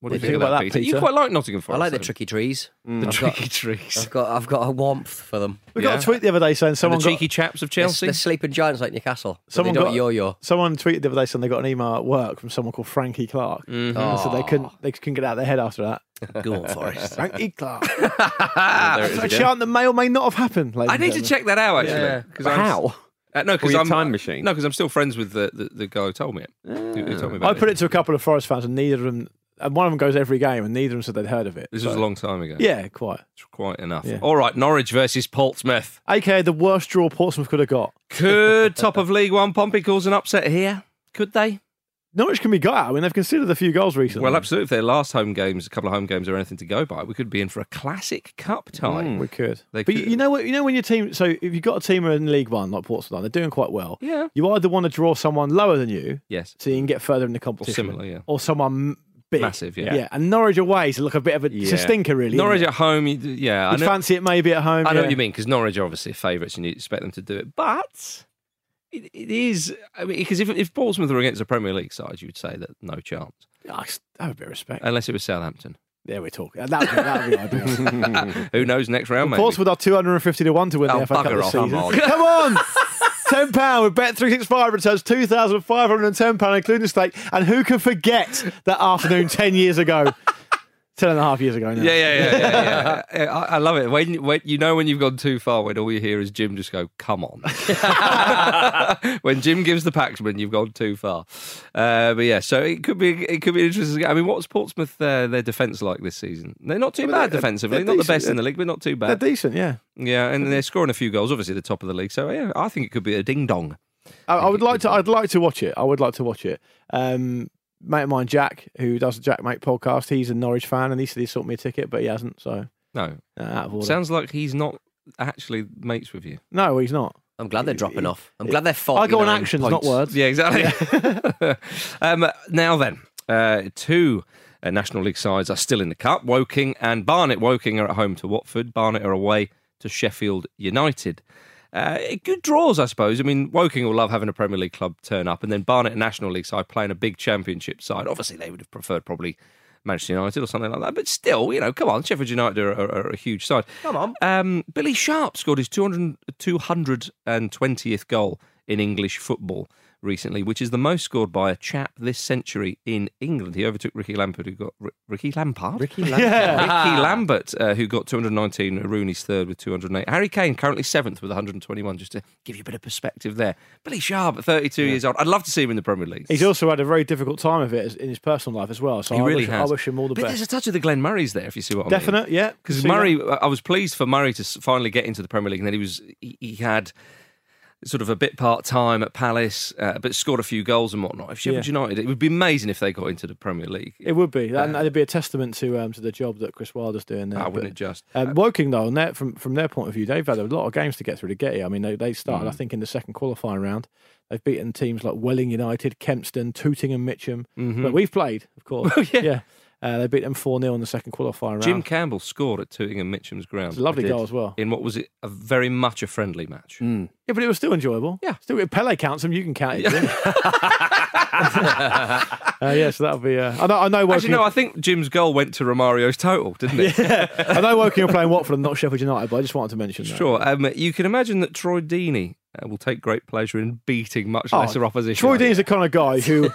What do you
do
think
you like
about that,
that,
Peter? You
Peter?
quite like Nottingham
I
Forest.
like the
though.
tricky trees.
the
I've
tricky
got-
trees,
I've got, I've got a warmth for them.
<laughs> We
Yeah.
got a tweet the other day saying
and the
someone got,
cheeky chaps of
They're-
Chelsea.
They're sleeping giants like Newcastle. but
someone
they don't
got
yo-yo.
Someone tweeted the other day saying they got an email at work from someone called Frankie Clark,
Mm-hmm.
and so they couldn't they couldn't get it out of their head after that.
Go on, <laughs> Forest.
Frankie Clark.
Ah,
There it is
<laughs> It's a
again.
chant that may or may not have happened. ladies
I
and
need to
gentlemen.
check that out actually.
Yeah.
'cause I'm-
How?
Uh, no,
Or
because
your
I'm
time machine.
No, because I'm still friends with the, the, the guy who told me it. Who, who told me about
I put it to a couple of Forest fans, and neither of them, and one of them goes every game, and neither of them said they'd heard of it.
This was
So-
a long time ago.
Yeah, quite.
It's quite enough.
Yeah.
All right, Norwich versus Portsmouth.
AKA the worst draw Portsmouth could have got.
Could top of League One Pompey cause an upset here? Could they?
Norwich can be got at. I mean, they've conceded a few goals recently.
Well, absolutely. If their last home games, a couple of home games, are anything to go by, we could be in for a classic cup tie.
Hmm.
We could.
They
Hmm. but
could.
you know what? You know when your team. So if you've got a team in League One like Portsmouth, they're doing quite well.
Yeah.
You either want to draw someone lower than you,
Yes.
so you can get further in the competition,
similar, yeah.
or someone big,
Massive, yeah.
yeah. And Norwich away is look a bit of a, it's a
Yeah.
stinker, really.
Norwich
isn't
at home, you- yeah.
it?
I
You'd
know,
fancy it maybe at home.
I know
yeah.
what you mean because Norwich are obviously favourites and you expect them to do it, but it, it is. I mean, because if, if Portsmouth were against a Premier League side, you would say that no chance,
Oh, I have a bit of respect.
unless it was Southampton.
there we're talking. That would be, that
<laughs>
would be ideal.
Who knows? Next round, maybe.
Portsmouth are 250 to 1 to win
Oh,
the FA Cup
bugger
this
off.
season.
Come on.
Come
<laughs>
on! £10 with Bet365 returns £2,510, including stake. And who can forget that
<laughs>
afternoon 10 years ago? Ten and a half years ago now.
Yeah, yeah, yeah, yeah. <laughs> yeah. I, I love it. When, when you know when you've gone too far, when all you hear is Jim just go, "Come <laughs> on." when Jim gives the Paxman, you've gone too far. Uh, but yeah, so it could be it could be interesting. I mean, what's Portsmouth uh, their defence like this season? They're not too
Well,
bad
they're-
defensively.
they're
Not the
decent.
best in the league, but not too
They're
bad.
decent, yeah.
yeah, and they're scoring a few goals. Obviously, the top of the league. So yeah, I think it could be a ding dong.
I, I would like to. I'd like to watch it. I would like to watch it. Um, mate of mine, Jack, who does the Jack Mate podcast, he's a Norwich fan, and he said he sought me a ticket, but he hasn't. So
No,
uh, out of order.
sounds like he's not actually mates with you.
no, he's not.
I'm glad they're dropping off. I'm glad they're
I
falling.
go on actions, not words. <laughs>
Yeah, exactly. <laughs> um, now then, uh, two uh, National League sides are still in the cup. Woking and Barnet. Woking are at home to Watford. Barnet are away to Sheffield United. Uh, good draws, I suppose. I mean, Woking will love having a Premier League club turn up, and then Barnet, a National League side, playing a big Championship side. Obviously, they would have preferred probably Manchester United or something like that. But still, you know, come on, Sheffield United are, are, are a huge side. Come on. Um, Billy Sharp scored his 200, 220th goal in English football recently, which is the most scored by a chap this century in England. He overtook Ricky Lampard, who got R- Ricky Lampard, Ricky Lampard, Ricky Lambert, uh, who got 219. Rooney's third with 208. Harry Kane currently seventh with 121. Just to give you a bit of perspective there. Billy Sharp at 32 years old. I'd love to see him in the Premier League.
He's also had a very difficult time of it as- in his personal life as well. So
He
I,
really
wish,
has.
I wish him all the
but
best.
there's a touch of the Glenn Murray's there, if you see what I mean.
Definite, yeah.
Because
See
Murray,
that?
I was pleased for Murray to s- finally get into the Premier League, and then he was he, he had sort of a bit part time at Palace, uh, but scored a few goals and whatnot. If Sheffield
Yeah.
United, it would be amazing if they got into the Premier League.
It would be, and that'd be a testament to um, to the job that Chris Wilder's doing there.
Ah, wouldn't
But,
it just?
Um, Woking though, on their, from from their point of view, they've had a lot of games to get through to get here. I mean, they they started, I
Mm.
think, in the second qualifying round. They've beaten
Mm-hmm. <laughs>
teams like Welling United, Kempston, Tooting, and Mitcham. But we've played, of course. yeah. Uh, they beat them 4 0 in the second qualifier round.
Oh, Jim Campbell scored at Tootingham Mitchum's ground
It's a lovely
I did.
goal as well. Mm.
in what was it a very much a friendly match.
Yeah, but it was still enjoyable.
Yeah.
Still, if Pele counts them, you can count it. Yeah.
<laughs>
uh, yeah, so that'll be. Uh, I know, I know Woking,
Actually, no, I think Jim's goal went to Romario's total,
<laughs>
didn't it?
I know Woking are playing Watford and not Sheffield United, but I just wanted to mention that.
Sure. Um, you can imagine that Troy Deeney uh, will take great pleasure in beating much lesser opposition.
Oh, Troy Dean is the kind of guy
<laughs>
who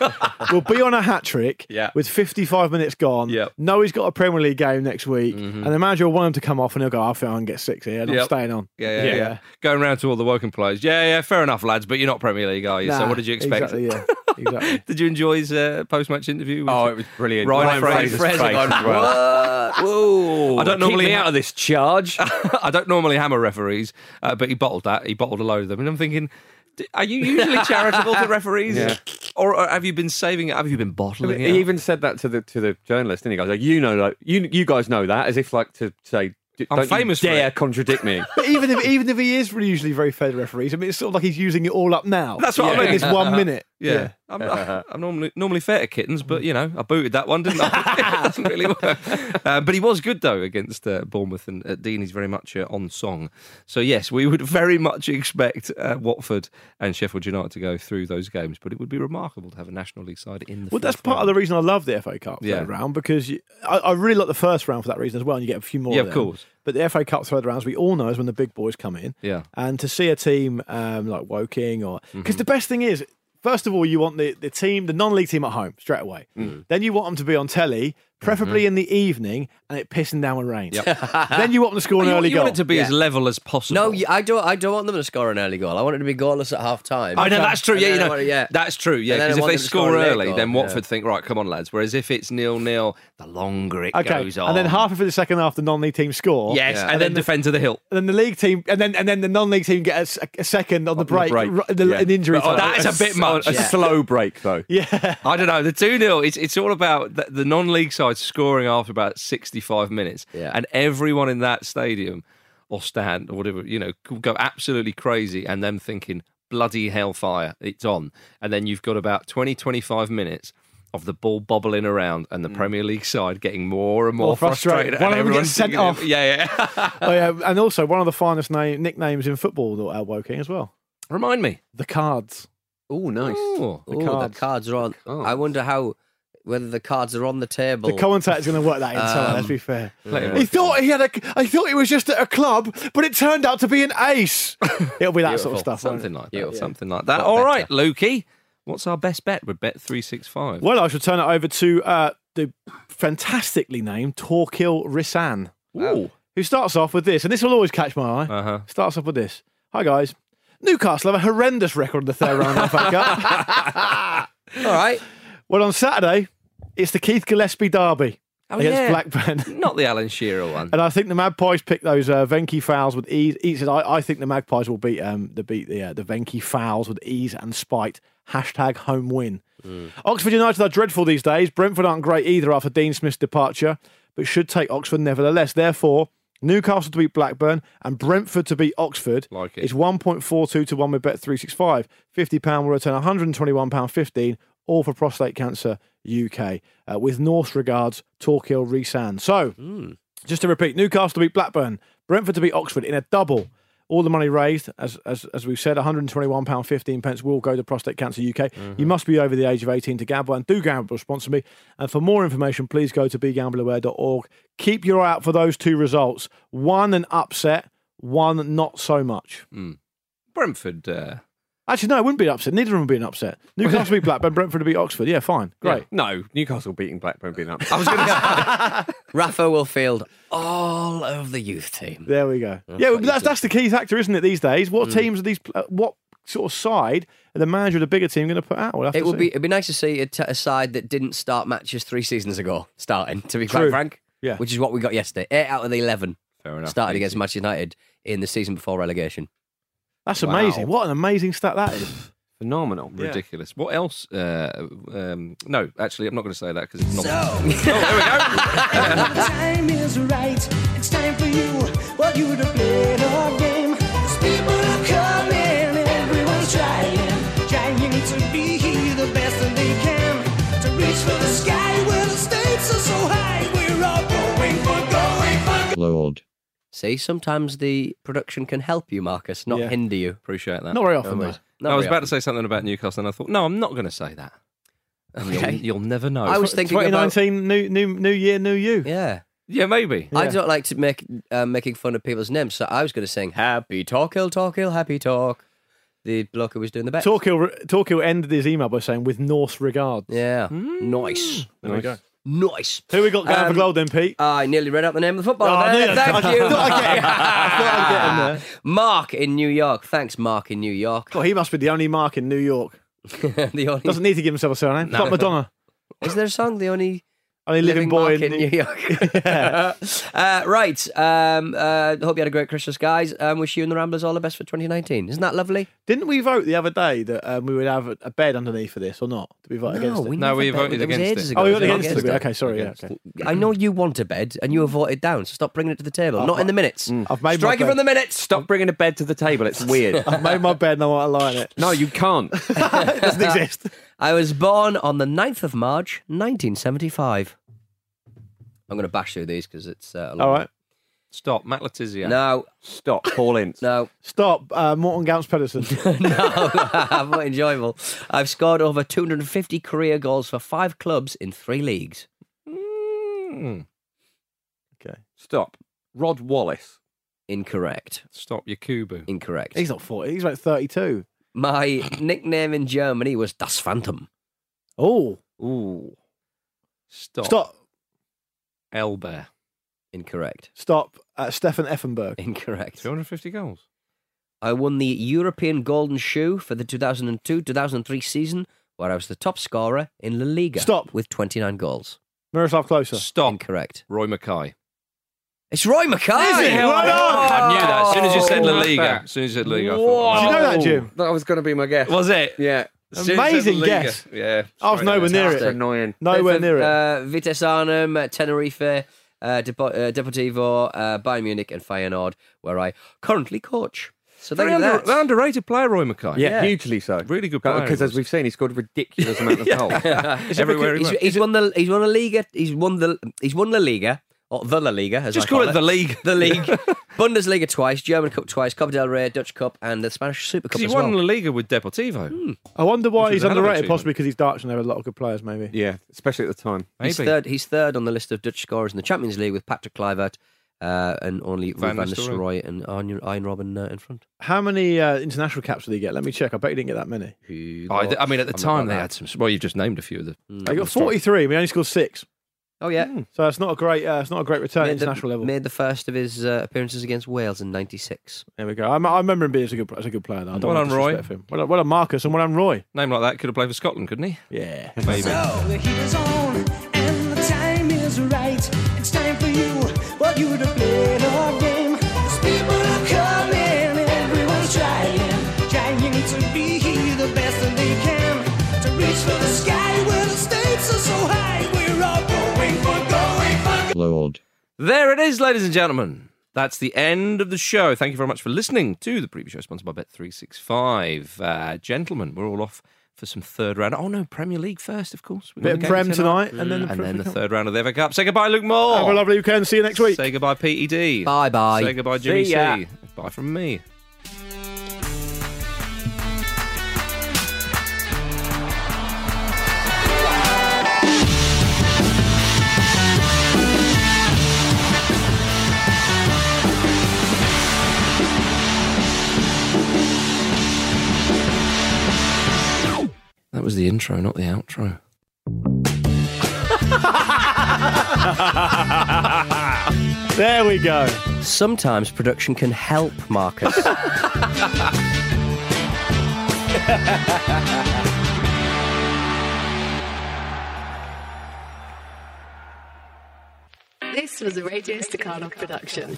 will be on a hat trick
Yeah.
with 55 minutes gone.
Yep. Mm-hmm.
Know he's got a Premier League game next week, and the manager will want him to come off, and he'll go, I think I can get six here, and I'm
Yep.
staying on.
Yeah, yeah,
Yeah.
yeah, Going round to all the Woking players. Yeah, yeah, fair enough, lads, but you're not Premier League, are you? so
Nah,
what did you expect?
Exactly,
<laughs>
yeah. Exactly.
Did you enjoy his uh, post-match interview? With
Oh, it was brilliant.
Ryan, Fraser's
Fraser's
face.
face as well.
Whoa!
I don't
Keep
normally
me out of this charge.
<laughs> I don't normally hammer referees, uh, but he bottled that. He bottled a load of them, and I'm thinking, D- are you usually charitable to referees,
Yeah.
or, or have you been saving it? Have you been bottling it?
He even said that to the to the journalist, didn't he? Guys, like you know, like you you guys know that, as if like to say, d-
I'm
don't
famous for
you dare
it.
contradict
<laughs>
me.
But even if even if he is really usually very fair to referees, I mean, it's sort of like he's using it all up now.
That's what I
in
mean.
this one minute.
<laughs> yeah, I'm,
<laughs>
I- I'm <laughs> normally normally fair to kittens, but you know, I booted that one, didn't I? <laughs> it doesn't really work. Uh, but he was good though against uh, Bournemouth, and uh, Dean is very much uh, on song. So yes, we would very much expect uh, Watford and Sheffield United to go through those games, but it would be remarkable to have a National League side in the.
Well, that's
fourth
part of
round.
the reason I love the FA Cup
Yeah.
third round because you, I, I really like the first round for that reason as well, and you get a few more.
Yeah, of
them.
course.
But the FA Cup third rounds, we all know, is when the big boys come in.
Yeah. Mm-hmm.
And to see a team um, like Woking or because the best thing is, first of all, you want the, the team, the non-league team at home straight away.
Mm.
Then you want them to be on telly,
Mm-hmm.
preferably in the evening, and it pissing down with rain. then you want them to score an
<laughs> You, want-
early
you
goal.
want it to be as level as possible.
No, you- I don't. I don't want them to score an early goal. I want it to be goalless at half time.
I know that's true.
And
Yeah,
then
you
I
know,
want it- yeah.
that's true. Yeah,
And then I
because if
want
they
them to score
score
a late
early,
goal,
then
yeah.
Watford think, right, come on, lads. Whereas if it's nil nil, the longer it
okay.
goes on,
And then half of the second half, the non-league team score.
yes,
Yeah.
and, then, defend to the hill.
And then the league team, and then and then the non-league team get a s- a, second on the break,
break,
ri- the-
yeah.
an injury.
But,
time.
oh, that is a bit much.
A slow break though.
yeah.
I don't know. The 2 0, it's, it's all about the, the non league side scoring after about 65 minutes.
Yeah.
And everyone in that stadium or stand or whatever, you know, could go absolutely crazy and them thinking, bloody hellfire, it's on. And then you've got about 20, 25 minutes. Of the ball bobbling around and the Premier League side getting more and more,
More frustrated.
frustrated.
One of
and
them
everyone
gets sent
thinking-
off.
Yeah, yeah. <laughs>
Oh, yeah, and also one of the finest name, nicknames in football that at Woking as well.
Remind me.
The cards.
Oh, nice.
Ooh.
Ooh,
cards.
the cards are on.
cards.
I wonder how whether the cards are on the table.
The commentator's going to work that in time. let's be
Um,
fair.
Later.
He thought he had a. I thought he was just at a club, but it turned out to be an
<laughs>
ace. It'll be that sort of stuff. won't it?
Something like that. Something like that. All right, Lukey. What's our best bet with Bet365?
Well, I shall turn it over to uh, the fantastically named Torquil Rissan,
Ooh.
who starts off with this, and this will always catch my eye.
Uh-huh.
Starts off with this. Hi guys, Newcastle have a horrendous record in the third round of the FA Cup.
<laughs>
All right.
Well, on Saturday, it's the Keith Gillespie derby against
Oh, yeah.
Blackburn.
Not the Alan Shearer
<laughs>
one.
And I think the Magpies picked those uh, Venky fouls with ease. ease and I, I think the Magpies will beat um, the beat the uh, the Venky fouls with ease and spite. Hashtag home win.
Mm.
Oxford United are dreadful these days. Brentford aren't great either after Dean Smith's departure, but should take Oxford nevertheless. Therefore, Newcastle to beat Blackburn and Brentford to beat Oxford
Like it.
is 1.42 to 1 with Bet365. £50 will return £121.15, all for Prostate Cancer UK. Uh, with Norse regards, Torquil Resan. So, just to repeat, Newcastle to beat Blackburn, Brentford to beat Oxford in a double. All the money raised, as as, as we've said, £121.15 pence will go to Prostate Cancer UK. You must be over the age of 18 to gamble and do gamble responsibly. And for more information, please go to begambleaware.org. Keep your eye out for those two results. One an upset, one not so much.
Brentford. Uh,
Actually, no, it wouldn't be an upset. Neither of them would be an upset. Newcastle to beat Blackburn, Brentford to beat Oxford. Yeah, fine. Great.
No, Newcastle beating Blackburn being up.
I was going <laughs> to
Rafa will field all of the youth team.
There we go. yeah, well, that's that's the key factor, isn't it? These days,
Mm.
what teams are these? Uh, what sort of side are the manager of the bigger team going to put out? We'll have
It
to
would
see.
be it'd be nice to see a, t- a side that didn't start matches three seasons ago starting. To be
True.
quite frank,
Yeah.
which is what we got yesterday. Eight out of the eleven
Fair enough.
started against Manchester United in the season before relegation.
That's
Wow.
amazing. What an amazing stat that
<sighs>
is.
Phenomenal.
Ridiculous. What else? Uh, um, no, actually, I'm not going to say that because it's not. <laughs>
The time is right. It's time for you, for you to play the game. 'Cause people are coming, everyone's trying, trying to be the best that they can. To reach for the sky where the stakes are so high.
See, sometimes the production can help you, Marcus, not
Yeah.
hinder you. Appreciate that.
Not very often,
No worries. Not
I was
very
about to say something about Newcastle, and I thought, no, I'm not going to say that. And
Okay.
You'll, you'll never know.
I was thinking about
2019, new, new, new year, new you.
yeah.
yeah, maybe.
I don't like to make uh, making fun of people's names, so I was going to sing "Happy Talk Hill, Talk Hill, Happy Talk." The bloke who was doing the best.
Torquil, Torquil ended his email by saying, with Norse regards.
Yeah, nice,
There we go.
nice.
Who we got going for
Um,
gold then, Pete?
I nearly read out the name of the footballer.
Oh, I
there.
knew that.
Thank
<laughs> I
<laughs> you.
thought I'd get him. I thought I'd get him
Mark in New York. Thanks, Mark in New York. <laughs>
God, he must be the only mark in New York.
the only
Doesn't need to give himself a surname. It's like Madonna.
is there a song? The only <laughs>
Only living, boy
Mark in New
<laughs>
York. <laughs> uh, right. Um, uh, hope you had a great Christmas, guys. Um, wish you and the Ramblers all the best for 2019. Isn't that lovely?
Didn't we vote the other day that um, we would have a- a bed underneath for this or not? Did we vote against it?
No,
never
we
bet-
voted
that was
against
ages
it.
ago.
Oh, we
It
voted
was
against it.
ages ago.
Okay, sorry. Yeah, okay.
I know you want a bed and you have voted down, so stop bringing it to the table. Not in the minutes.
Mm. I've made my
Strike it
bed.
from the minutes.
Stop bringing a bed to the table. It's <laughs> weird.
I've made my bed and I want to lie in it.
no, you can't.
<laughs> it doesn't exist.
I was born on the 9th of March, 1975. I'm going to bash through these because it's uh, a lot.
All right.
Stop, Matt Letizia.
No,
Stop, Paul Ince.
no, <laughs>
Stop. Uh, Morton Gance Pedersen.
no. <laughs> I'm not enjoyable. I've scored over 250 career goals for five clubs in three leagues.
Mm.
okay.
Stop, Rod Wallace.
Incorrect.
Stop your kubu.
Incorrect.
He's not 40. He's like 32.
My nickname in Germany was Das Phantom.
Oh.
Ooh,
Stop.
Stop.
Elber.
Incorrect.
Stop. Uh, Stefan Effenberg.
Incorrect.
250 goals.
I won the European Golden Shoe for the 2002 2003 season, where I was the top scorer in La Liga.
Stop.
With 29 goals.
Miroslav Closer.
Stop.
Incorrect.
Roy Mackay.
It's Roy McKay.
Is it? Well done.
I knew that. As soon as you said La
Oh.
Liga. As soon as you said Liga. I
Did you
thought,
know that, Jim?
That was going to be my guess.
oh. Was it?
Yeah,
As soon as you said
Amazing
La Liga.
guess.
Yeah.
I was
straight
nowhere
there.
near
it's
it.
annoying.
Nowhere
They've,
near it.
Uh, Vitesse Arnhem, uh, Tenerife, uh, Depo- uh, Deportivo, uh, Bayern Munich, and Feyenoord, where I currently coach. So there
Very
you
under-
that.
they're underrated player, Roy Mackay.
Yeah, hugely so.
Really good player,
Because
he
as
was.
we've seen, he scored a ridiculous <laughs> amount of goals.
Everywhere he
he's,
went.
he's won the he's won a Liga. He's won the he's won La Liga or the La Liga. As
Just
I
call
call
it the league.
The league, Bundesliga twice, German Cup twice, Copa del Rey, Dutch Cup, and the Spanish Super Cup
Because he
as
won
well.
La Liga with Deportivo.
I wonder why
Which
he's
was a hell of an
underrated,
achievement.
possibly because he's Dutch and there are a lot of good players, maybe.
yeah, especially at the time.
He's
Maybe.
third. He's third on the list of Dutch scorers in the Champions League with Patrick Kluivert uh, and only
Van
Van Nistelrooy
Nistelrooy.
and Arjen Arjen Robben uh, in front.
How many uh, international caps did he get? Let me check. I bet he didn't get that many.
Who
Oh, I,
got-
I mean, at the
I'm not
time
like
they
that.
had some. Well, you've just named a few of the.
Mm.
He got 43. We only scored six.
Oh yeah.
So that's not a great. Uh, it's not a great return at
Made the-
Hmm, international level.
Made the first of his uh, appearances against Wales in '96.
There we go. I, I remember him being as a good as a good player. Though. I don't
Well
want to
done, Roy.
disrespect Him. Well, done- well done, Marcus, and well done, Roy.
Name like that could have played for Scotland, couldn't he?
Yeah.
Maybe.
So the heat is on and the time is right. It's time for you, for you to play the game. 'Cause people are coming, everyone's trying, trying to be the best that they can. To reach for the sky where the stakes are so high. We're all going for going for.
There it is, ladies and gentlemen. That's the end of the show. Thank you very much for listening to the previous show sponsored by Bet365. Uh, gentlemen, we're all off for some third round. Oh, no, Premier League first, of course. We've got
Bit of
the game
prem tonight, and then the,
And then the
Cup.
third round of the FA Cup. Say goodbye, Luke Moore.
Have a lovely weekend. See you next week.
Say goodbye, PED.
Bye bye.
Say goodbye, Jimmy
See ya.
C. Bye from me. That was the intro, not the outro.
There we go.
Sometimes production can help Marcus.
This was a Radio Staccato production.